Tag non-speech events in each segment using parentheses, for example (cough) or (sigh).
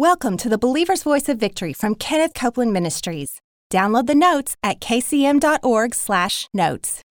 Welcome to the Believer's Voice of Victory from Kenneth Copeland Ministries. Download the notes at kcm.org/notes.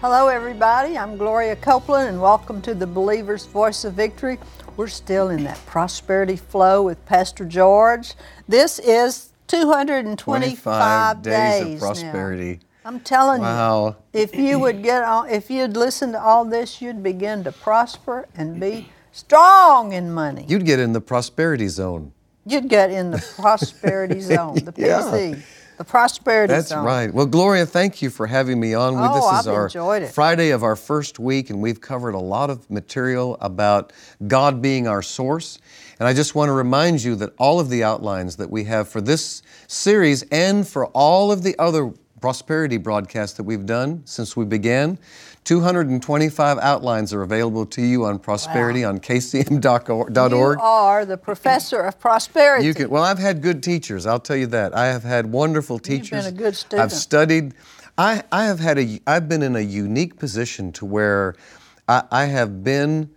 Hello, everybody. I'm Gloria Copeland, and welcome to the Believer's Voice of Victory. We're still in that prosperity flow with Pastor George. This is 225 days, days of now. prosperity. I'm telling Wow. you, if you (clears throat) would get on, if you'd listen to all this, you'd begin to prosper and be strong in money. You'd get in the prosperity zone. You'd get in the (laughs) prosperity zone, the Yeah. PZ, the prosperity That's zone. right. Well, Gloria, thank you for having me on. We- Oh, this I've is our enjoyed it. Friday of our first week, and we've covered a lot of material about God being our source. And I just want to remind you that all of the outlines that we have for this series and for all of the other prosperity broadcasts that we've done since we began, 225 outlines are available to you on prosperity on kcm.org. You are the professor of prosperity. You can. Well, I've had good teachers. I'll tell you that. I have had wonderful been teachers. a good student. I've studied. I, I have had a. I've been in a unique position to where I, I have been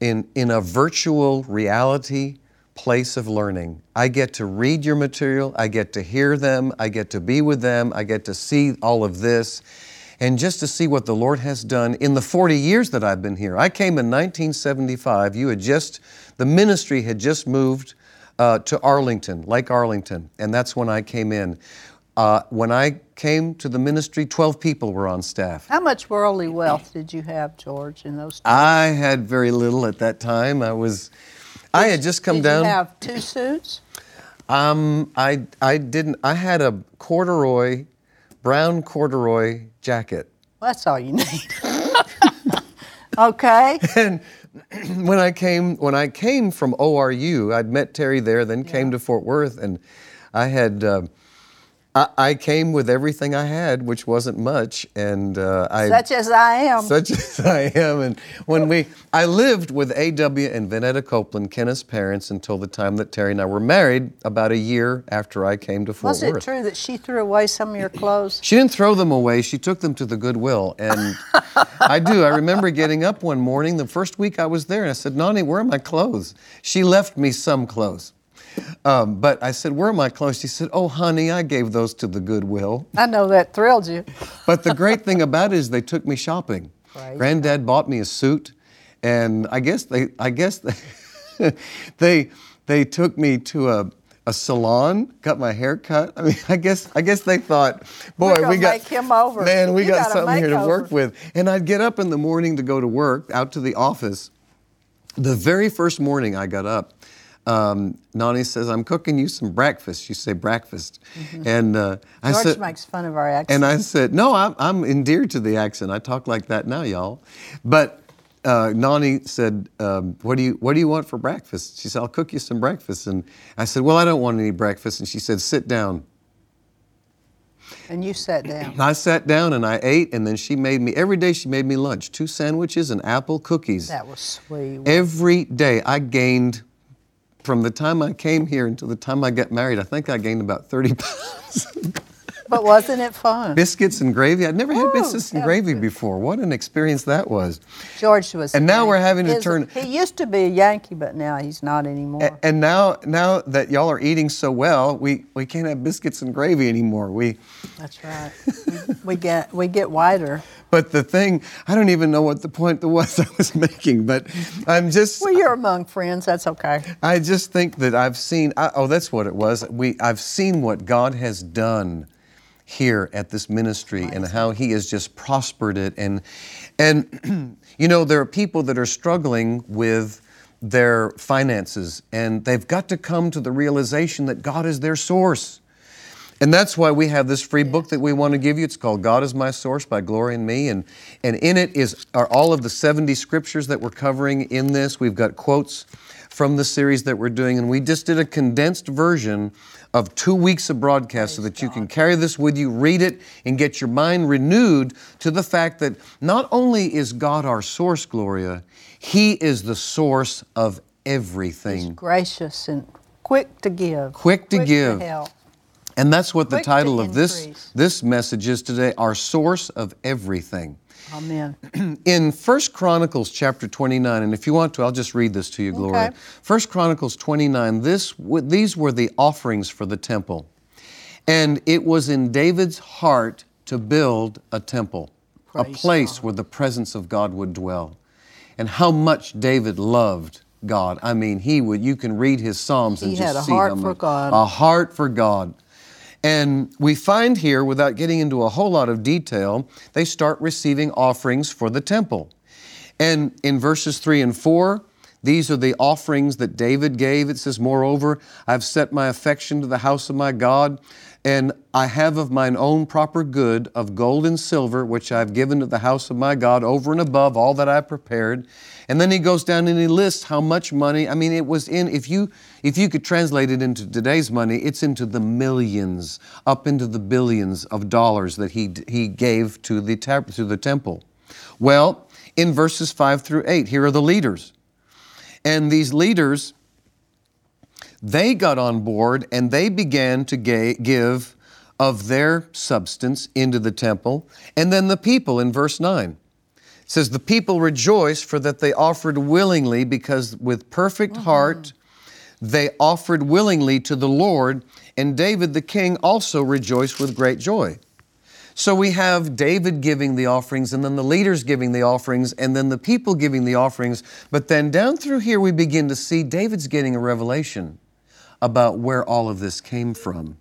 in in a virtual reality place of learning. I get to read your material. I get to hear them. I get to be with them. I get to see all of this. And just to see what the Lord has done in the 40 years that I've been here. I came in 1975. You had just, the ministry had just moved uh, to Arlington, Lake Arlington, and that's when I came in. Uh, when I came to the ministry, 12 people were on staff. How much worldly wealth did you have, George, in those? I had very little at that time. I was, I had just come did down. you have two suits? um, I I didn't. I had a corduroy, brown corduroy jacket. Well, that's all you need. (laughs) okay. when I came when I came from ORU, I'd met Terry there, then came to Fort Worth, and I had uh, I, I came with everything I had, which wasn't much, and uh, I Such as I am. such (laughs) as I am. And when we, I lived with A.W. and Vanetta Copeland, Kenneth's parents, until the time that Terry and I were married, about a year after I came to Fort Was it Worth. true that she threw away some of your clothes? She didn't throw them away. She took them to the Goodwill. And I do. I remember getting up one morning, the first week I was there, and I said, Nani, where are my clothes? She left me some clothes. Um, but I said, Where are my clothes? She said, Oh, honey, I gave those to the Goodwill. I know that thrilled you. But the great thing about it is they took me shopping. Right. Granddad bought me a suit, and I guess they, I guess (laughs) they, they, they took me to a, a salon, got my hair cut. I mean, I guess, I guess they thought, boy, gonna we got make him over. Man, we You got got a something here to makeover. work with. And I'd get up in the morning to go to work, out to the office. The very first morning I got up, um, Nani says, "I'm cooking you some breakfast." You say breakfast, and uh, I Mm-hmm. George said, makes fun of our accent. and I said, No, I'm, I'm endeared to the accent. I talk like that now, y'all. But uh, Nani said, um, what, do you, what do you want for breakfast? She said, I'll cook you some breakfast. And I said, Well, I don't want any breakfast. And she said, Sit down. and you sat down. And I sat down and I ate, and then she made me, every day she made me lunch two sandwiches and apple cookies. That was sweet. Every day I gained, from the time I came here until the time I got married, I think I gained about 30 (laughs) pounds. But wasn't it fun? biscuits and gravy. I'd never had Oh, biscuits and sounds gravy good. before. What an experience that was. George was. And now a we're Yankee. having to His- turn- He used to be a Yankee, but now he's not anymore. A- And now, now that y'all are eating so well, we, we can't have biscuits and gravy anymore. We, That's right. We- we get we get (laughs) wider. but the thing, I don't even know what the point (laughs) was I was making, but I'm just, Well, you're among friends. That's okay. I just think that I've seen. I, oh, that's what it was. We I've seen what God has done here at this ministry and how He has just prospered it. And and (clears throat) you know there are people that are struggling with their finances, and they've got to come to the realization that God is their source. And that's why we have this free book that we want to give you. It's called God is My Source by Gloria and Me. And, and in it is are all of the 70 scriptures that we're covering in this. We've got quotes from the series that we're doing. And we just did a condensed version of two weeks of broadcast so that you can carry this with you, read it, and get your mind renewed to the fact that not only is God our source, Gloria, He is the source of everything. Gracious and quick to give. Quick to give. help. And that's what the Quick to title of this increase. this message is today, our source of everything. Amen. in First Chronicles chapter 29, and if you want to, I'll just read this to you, Gloria. Okay. First Chronicles 29, this, w- these were the offerings for the temple. And it was in David's heart to build a temple, a Praise place where the presence of God would dwell. And how much David loved God. I mean, he would, you can read his Psalms and He just had a see how heart for much- God. A heart for God. And we find here, without getting into a whole lot of detail, they start receiving offerings for the temple. And in verses 3 and 4, these are the offerings that David gave. It says, Moreover, I've set my affection to the house of my God, and I have of mine own proper good of gold and silver, which I've given to the house of my God over and above all that I prepared. And then he goes down and he lists how much money. I mean, it was in, if you if you could translate it into today's money, it's into the millions, up into the billions of dollars that he he gave to the tab- to the temple. Well, in verses 5 through 8, here are the leaders. And these leaders, they got on board and they began to ga- give of their substance into the temple. And then the people in verse 9 it says, The people rejoiced for that they offered willingly, because with perfect heart they offered willingly to the Lord. And David the king also rejoiced with great joy. So we have David giving the offerings, and then the leaders giving the offerings, and then the people giving the offerings. But then down through here, we begin to see David's getting a revelation about where all of this came from.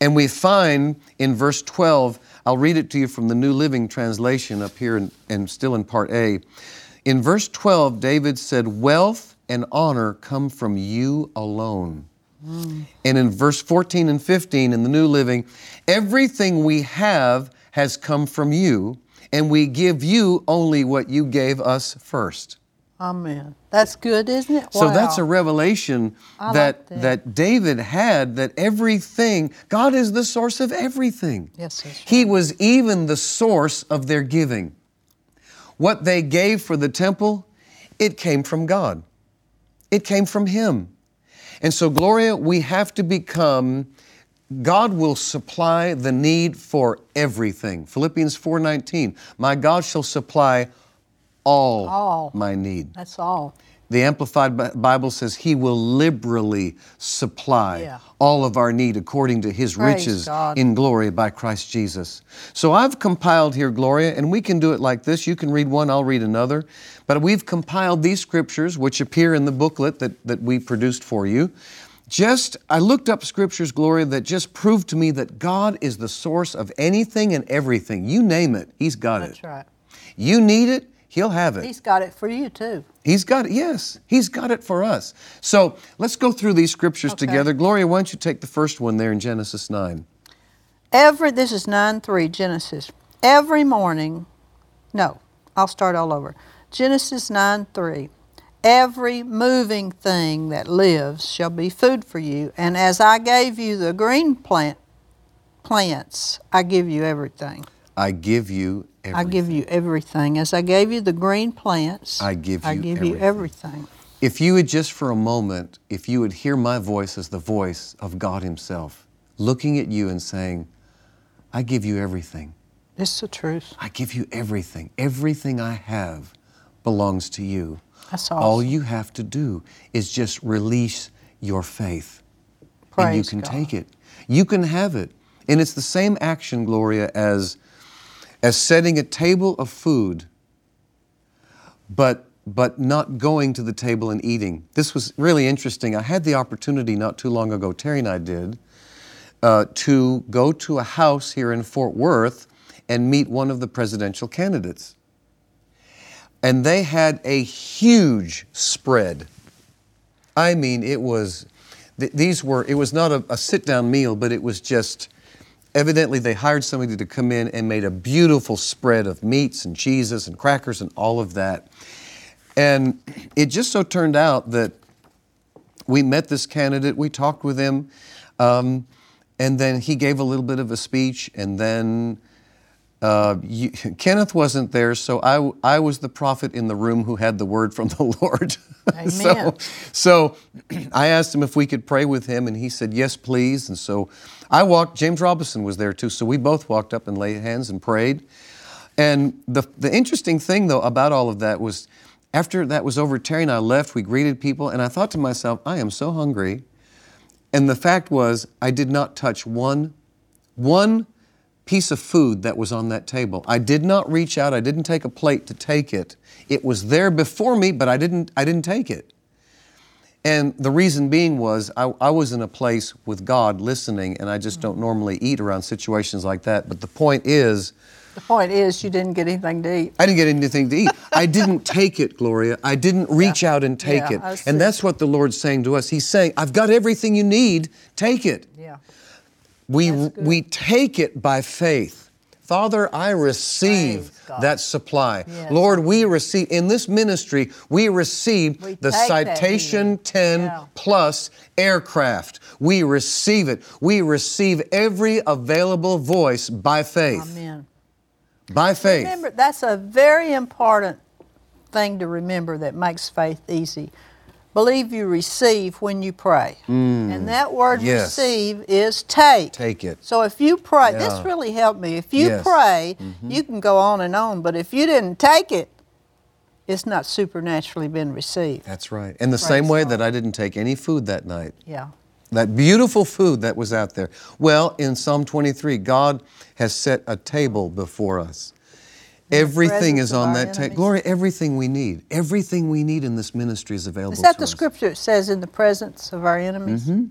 And we find in verse 12, I'll read it to you from the New Living Translation up here and, and still in part A. In verse 12, David said, Wealth and honor come from you alone. And in verse 14 and 15 in the New Living, everything we have has come from you, and we give you only what you gave us first. Amen. That's good, isn't it? So that's a Wow. revelation that, that. that David had that everything, God is the source of everything. Yes, that's He was even the source of their giving. What they gave for the temple, it came from God. It came from Him. And so, Gloria, we have to become God will supply the need for everything. Philippians 4:19. My God shall supply all, All. my need. That's all. The Amplified Bi- Bible says He will liberally supply Yeah. all of our need according to His Praise riches God. in glory by Christ Jesus. So I've compiled here, Gloria, and we can do it like this. You can read one, I'll read another. But we've compiled these scriptures, which appear in the booklet that, that we produced for you. Just, I looked up scriptures, Gloria, that just proved to me that God is the source of anything and everything. You name it, He's got That's it. right. You need it, He'll have it. He's got it for you too. He's got it. Yes, he's got it for us. So let's go through these scriptures Okay. together. Gloria, why don't you take the first one there in Genesis 9? Every this is nine three Genesis. Every morning, no, I'll start all over. Genesis nine three. Every moving thing that lives shall be food for you, and as I gave you the green plant plants, I give you everything. I give you I everything. give you everything. As I gave you the green plants, I give I you give you everything. If you would just for a moment, if you would hear my voice as the voice of God Himself, looking at you and saying, I give you everything. It's the truth. I give you everything. Everything I have belongs to you. That's All awesome. you have to do is just release your faith. and you Praise can God. take it. You can have it. And it's the same action, Gloria, as as setting a table of food, but but not going to the table and eating. This was really interesting. I had the opportunity not too long ago, Terry and I did, uh, to go to a house here in Fort Worth and meet one of the presidential candidates. And they had a huge spread. I mean, it was, th- these were, it was not a, a sit down meal, but it was just, evidently they hired somebody to come in and made a beautiful spread of meats and cheeses and crackers and all of that. And it just so turned out that we met this candidate, we talked with him, um, and then he gave a little bit of a speech, and then uh, you, (laughs) Kenneth wasn't there, so I, w- I was the prophet in the room who had the word from the (laughs) Lord. Amen. so, so (clears throat) I asked him if we could pray with him, and he said, Yes, please. And so I walked, James Robinson was there too, so we both walked up and laid hands and prayed. And the, the interesting thing, though, about all of that was after that was over, Terry and I left, we greeted people, and I thought to myself, I am so hungry. And the fact was, I did not touch one, one piece of food that was on that table. I did not reach out, I didn't take a plate to take it. It was there before me, but I didn't, I didn't take it. And the reason being was I, I was in a place with God listening, and I just don't normally eat around situations like that. But the point is, The point is, you didn't get anything to eat. I didn't get anything to eat. I didn't take it, Gloria. I didn't reach out and take Yeah, I it. see. And that's what the Lord's saying to us. He's saying, I've got everything you need, take it. Yeah. We, we take it by faith. Father, I receive Praise God. that supply. Yes. Lord, we receive, in this ministry, we receive We the take that Citation meaning. 10 Yeah. plus aircraft. We receive it. We receive every available voice by faith. Amen. By faith. Remember, that's a very important thing to remember that makes faith easy. Believe you receive when you pray. and that word Mm. yes. receive is take. Take it. So if you pray, this Yeah. really helped me. If you Yes. Mm-hmm. pray, you can go on and on, but if you didn't take it, it's not supernaturally been received. That's right. And the same Praise way God. that I didn't take any food that night, Yeah. that beautiful food that was out there. Well, in Psalm 23, God has set a table before us. Everything presence is of on our that table. enemies. Gloria, everything we need, everything we need in this ministry is available Is that to the us. scripture that says in the presence of our enemies? Mm-hmm.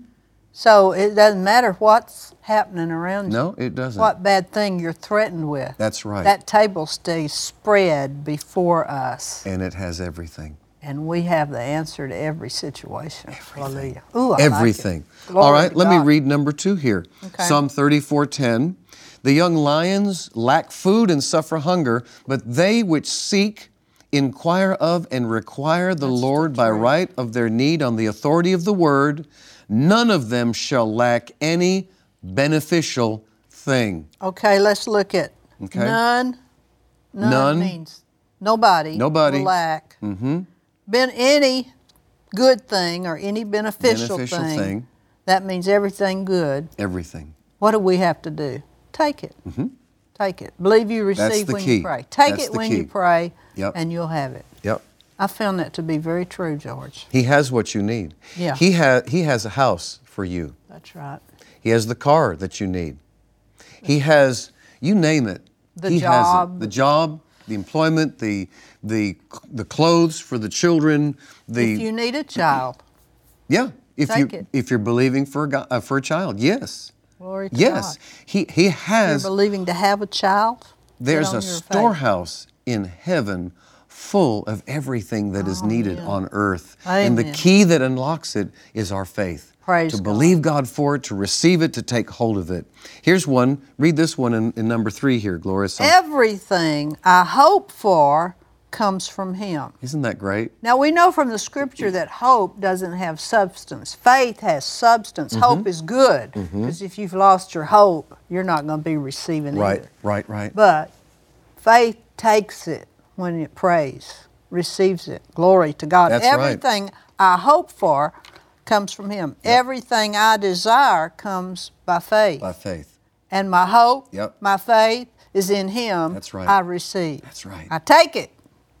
So it doesn't matter what's happening around you. No, it doesn't. What bad thing you're threatened with. That's right. That table stays spread before us, And it has everything. and we have the answer to every situation. Hallelujah. Ooh, I like it. everything. Glory All right, to let me God. read number two here. Okay. Psalm 34:10. The young lions lack food and suffer hunger, but they which seek inquire of and require the Lord by right of their need on the authority of the word, none of them shall lack any beneficial thing. Okay, let's look at Okay. none. None, None. means nobody. Nobody. will Lack. Mm-hmm. Been any good thing or any beneficial, Beneficial thing. That means everything good. Everything. What do we have to do? Take it. Mm-hmm. Take it. Believe you That's receive the when key. you pray. Take That's it the when key. you pray, Yep. and you'll have it. Yep. I found that to be very true, George. He has what you need. Yeah. He ha- he has a house for you. That's right. He has the car that you need. He has, you name it. The he Has it. job. The job, the employment, the, the, the clothes for the children, the, If you need a child, yeah. If Take you it. if you're believing for a, go- uh, for a child, yes, glory to yes, God. he he You're has. believing to have a child. Get there's on your a faith. storehouse in heaven full of everything that is needed on earth. And the Oh, Amen. key that unlocks it is our faith. Praise to God. believe God for it, to receive it, to take hold of it. Here's one. Read this one in, in number three here, Gloria. So- Everything I hope for comes from Him. isn't that great? Now we know from the scripture that hope doesn't have substance. Faith has substance. Mm-hmm. Hope is good because if you've lost your hope, you're not going to be receiving Right, either. right, right. But faith takes it when it prays, receives it. Glory to God. That's right. Everything I hope for comes from Him. Everything I desire comes by faith. By faith. And my hope, Yep. my faith is in Him. That's right. I receive. That's right. I take it.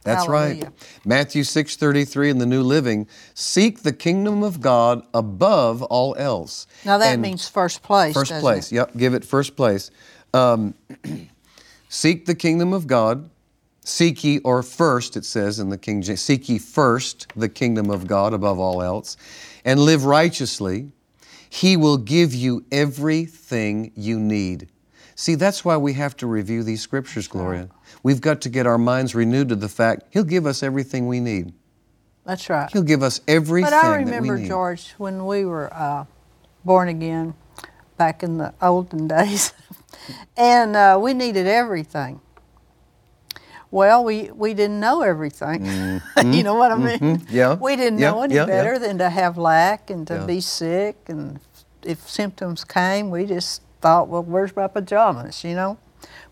That's Hallelujah. right. Matthew 6:33 in the New Living, seek the kingdom of God above all else. Now that And means first place. 1st doesn't place. It? Yep, give it first place. Um, (clears throat) seek the kingdom of God. Seek ye, or first, it says in the King James, seek ye first the kingdom of God above all else, and live righteously. He will give you everything you need. See, that's why we have to review these scriptures, Gloria. We've got to get our minds renewed to the fact He'll give us everything we need. That's right. He'll give us everything But I that remember, we need. George, when we were uh, born again back in the olden (laughs) days, and uh, we needed everything. Well, we, we didn't know everything. (laughs) you know what I mean? Mm-hmm. Yeah, We didn't yeah, know any yeah, yeah. better than to have lack and to Yeah. be sick. And if symptoms came, we just thought, well, where's my pajamas, you know?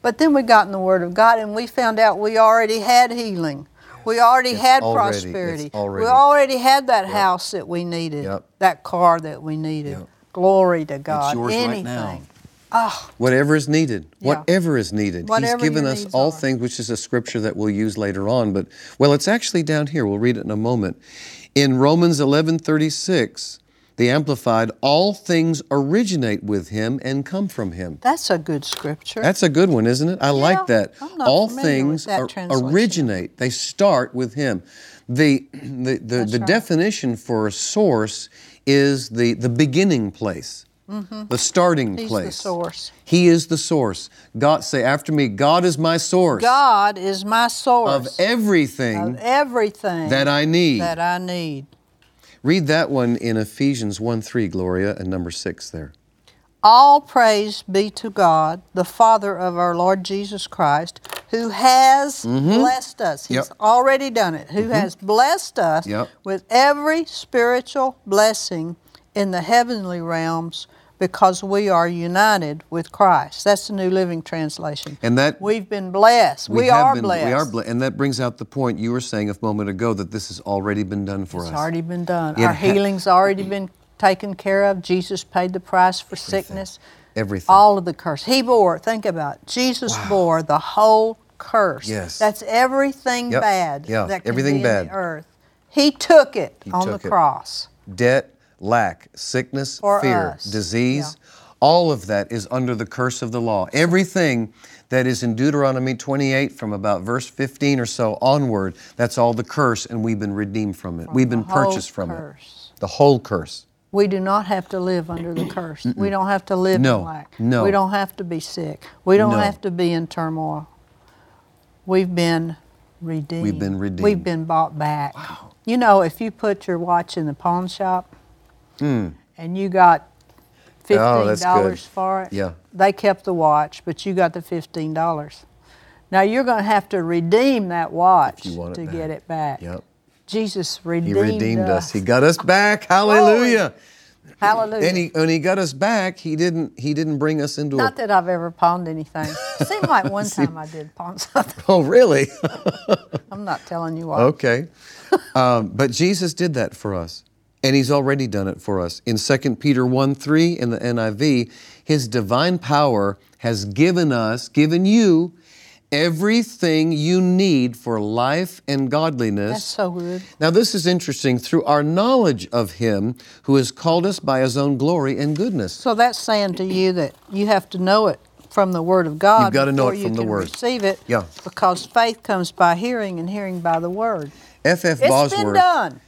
But then we got in the Word of God and we found out we already had healing. We already It's had already- it's prosperity. already- We already had that house that we needed, Yep. that car that we needed. Yep. Glory to God. yours right Anything. Ah, now. Whatever is needed, whatever is needed. Whatever He's given your us needs all are. things, which is a scripture that we'll use later on. But well, it's actually down here. We'll read it in a moment. In Romans 11:36, the Amplified: All things originate with Him and come from Him. That's a good scripture. That's a good one, isn't it? I like that. I'm not All familiar with things that are- translation. originate. They start with Him. The the the, the definition for a source is the the beginning place, the starting Mm-hmm. He's place. the source. He is the source. God say after me. God is my source God is my of source everything of everything that I need. that I need. Read that one in Ephesians one three, Gloria, and number six there. All praise be to God, the Father of our Lord Jesus Christ, who has blessed us. He's Mm-hmm. Yep. Mm-hmm. already done it. Who has blessed us Yep. with every spiritual blessing in the heavenly realms because we are united with Christ. That's the New Living Translation. And that We've been blessed. We, have are been- blessed. We are blessed, and that brings out the point you were saying a moment ago that this has already been done for It's us. already been done. It Our ha- healing's already been taken care of. Jesus paid the price for sickness. Everything. All of the curse. He bore, think about it. Jesus bore the whole curse. Yes. That's everything Yep. bad Yeah, that can everything be in bad. the earth. He took it on took the it. cross. Debt, lack, sickness, For fear, us. disease. All of that is under the curse of the law. Everything that is in Deuteronomy 28 from about verse 15 or so onward, that's all the curse, and we've been redeemed from it. we've been the whole purchased from curse. it. The whole curse. We do not have to live under (clears throat) the curse. We don't have to live No, in lack. no. We don't have to be sick. We don't No. have to be in turmoil. We've been redeemed. We've been We've redeemed. been bought back. Wow. You know, if you put your watch in the pawn shop and you got Hmm. Oh, fifteen that's good. dollars for it, Yeah. they kept the watch, but you got the fifteen dollars. Now you're going to have to redeem that watch you want it to back. get it back. Yep. Jesus He redeemed, redeemed us. He got us back. Hallelujah. Hallelujah. And he, when he got us back, he didn't he didn't bring us into Not a that I've ever pawned anything. Seemed like one time I did pawn something. (laughs) (laughs) Oh, really? I'm not telling you what. Okay. um, but Jesus did that for us, and He's already done it for us. In 2 Peter 1 3 in the NIV, His divine power has given us, given you, everything you need for life and godliness. That's so good. Now, this is interesting through our knowledge of Him who has called us by His own glory and goodness. So that's saying to you that you have to know it from the Word of God. You've gotta know before it you from the can Word. Receive it. Yeah. Because faith comes by hearing, and hearing by the Word. F.F. It's Bosworth. been done.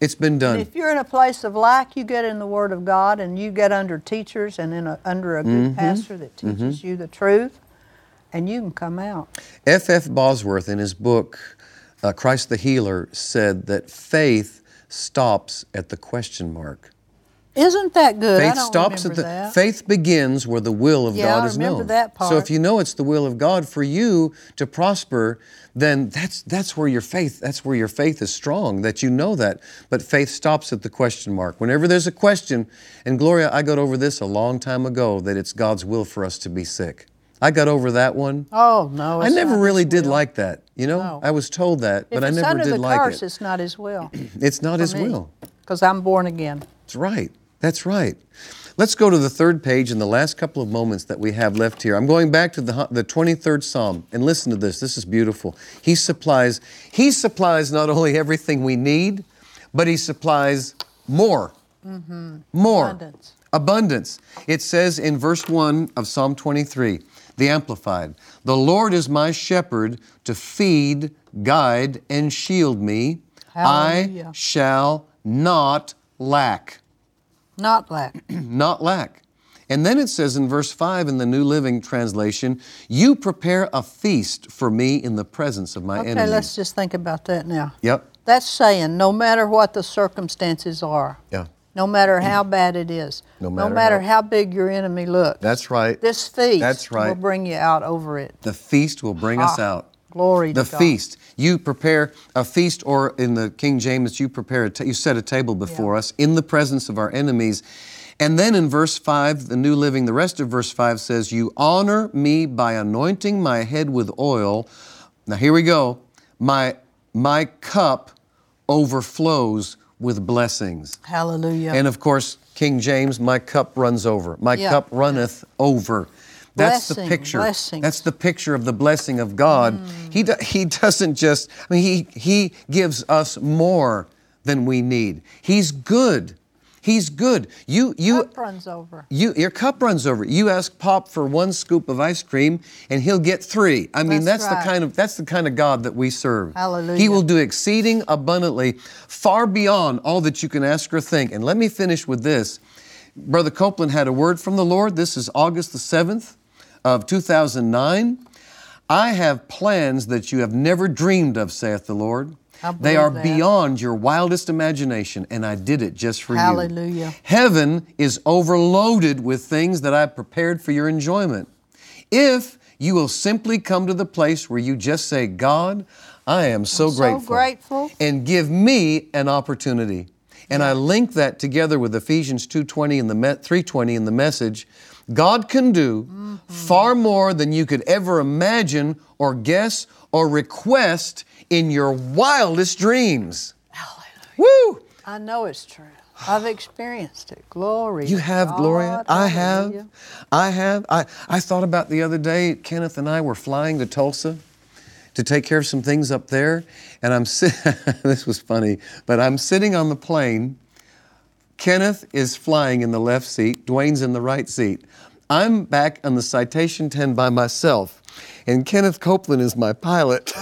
It's been done. If you're in a place of lack, you get in the Word of God, and you get under teachers and in a, under a good Mm-hmm. pastor that teaches you the truth, and you can come out. F.F. Bosworth, in his book uh, Christ the Healer, said that faith stops at the question mark. Isn't that good? I Faith don't stops at remember the that. faith begins where the will of Yeah, God I is remember known. that So part. if you know it's the will of God for you to prosper, then that's that's where your faith that's where your faith is strong. That you know that. But faith stops at the question mark. Whenever there's a question, and Gloria, I got over this a long time ago that it's God's will for us to be sick. I got over that one. Oh no! I it's never not really His did will. like that. You know, No. I was told that, but if I it's never under did the like curse, it. it's not His (clears throat) will. It's not His will. Because I'm born again. That's right. That's right. Let's go to the third page in the last couple of moments that we have left here. I'm going back to the hu- the 23rd Psalm and listen to this. This is beautiful. He supplies. He supplies not only everything we need, but he supplies more more Mm-hmm. Abundance. Abundance. It says in verse 1 of Psalm 23, the Amplified The Lord is my shepherd to feed, guide, and shield me. I Hallelujah. shall not lack. Not lack. Not lack. And then it says in verse 5 in the New Living Translation, You prepare a feast for me in the presence of my Okay, enemies. let's just think about that now. Yep. That's saying no matter what the circumstances are, Yeah. no (clears throat) matter how bad it is, No matter how, big your enemy looks, That's right. this feast That's right. will bring you out over it. The feast will bring us out. Glory the to God. feast. You prepare a feast, or in the King James, you prepare a ta- you set a table before us in the presence of our enemies. And then in verse five, the New Living, the rest of verse five says, "You honor me by anointing my head with oil." Now here we go. My my cup overflows with blessings. Hallelujah. And of course, King James, my cup runs over. My Yeah. cup runneth over. That's Blessing, the picture. blessings. That's the picture of the blessing of God. He, do, he doesn't just, I mean, he, he gives us more than we need. He's good. He's good. You, you, Cup runs over. you, your cup runs over. You ask Pop for one scoop of ice cream, and he'll get three. I mean, That's that's, right. the kind of that's the kind of God that we serve. Hallelujah. He will do exceeding abundantly, far beyond all that you can ask or think. And let me finish with this, Brother Copeland had a word from the Lord. This is August the seventh of two thousand nine. I have plans that you have never dreamed of, saith the Lord. I They are believe that. beyond your wildest imagination, and I did it just for you. Hallelujah. Heaven is overloaded with things that I've prepared for your enjoyment. If you will simply come to the place where you just say, God, I am so so grateful. grateful. And give me an opportunity. And I link that together with Ephesians 2:20 and the me- 3:20 in the message. God can do far more than you could ever imagine or guess or request in your wildest dreams. Hallelujah. Woo! I know it's true. I've experienced it. Glory. You to have, God. Gloria. Oh, I have. Hallelujah. I have. I, I thought about the other day, Kenneth and I were flying to Tulsa to take care of some things up there. And I'm sitting, (laughs) this was funny, but I'm sitting on the plane. Kenneth is flying in the left seat, Dwayne's in the right seat. I'm back on the Citation 10 by myself. And Kenneth Copeland is my pilot. (laughs)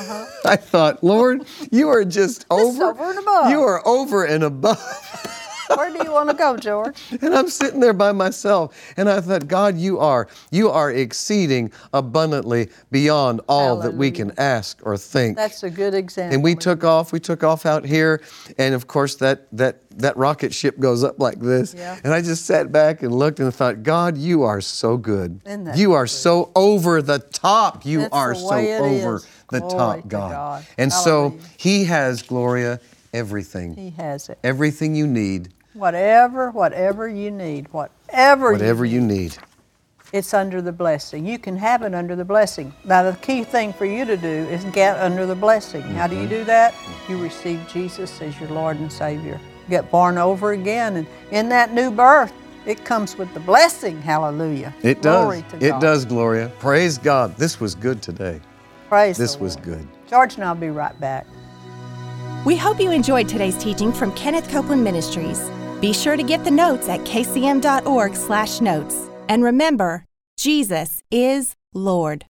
I thought, Lord, you are Uh-huh. just over. over and above." You are over and above. Where do you want to go, George? And I'm sitting there by myself, and I thought, God, you are, you are exceeding abundantly beyond all that we can ask or think. That's a good example. and we took off. We took off out here, and of course that that that rocket ship goes up like this. Yeah. And I just sat back and looked and thought, God, you are so good. Isn't that You are so over the top. You That's are the so way it over is. the Glory top, to God. God. And Hallelujah. so He has Gloria everything, He has it. everything you need, Whatever, whatever you need, whatever, whatever you you need. it's under the blessing. You can have it under the blessing. Now, the key thing for you to do is get under the blessing. How do you Mm-hmm. do that? You receive Jesus as your Lord and Savior. Get born over again, and in that new birth, it comes with the blessing. Hallelujah. It Glory does. to It God. does, Gloria. Praise God. This was good today. Praise the This was Lord. good. George and I'll be right back. We hope you enjoyed today's teaching from Kenneth Copeland Ministries. Be sure to get the notes at kcm.org/notes. And remember, Jesus is Lord.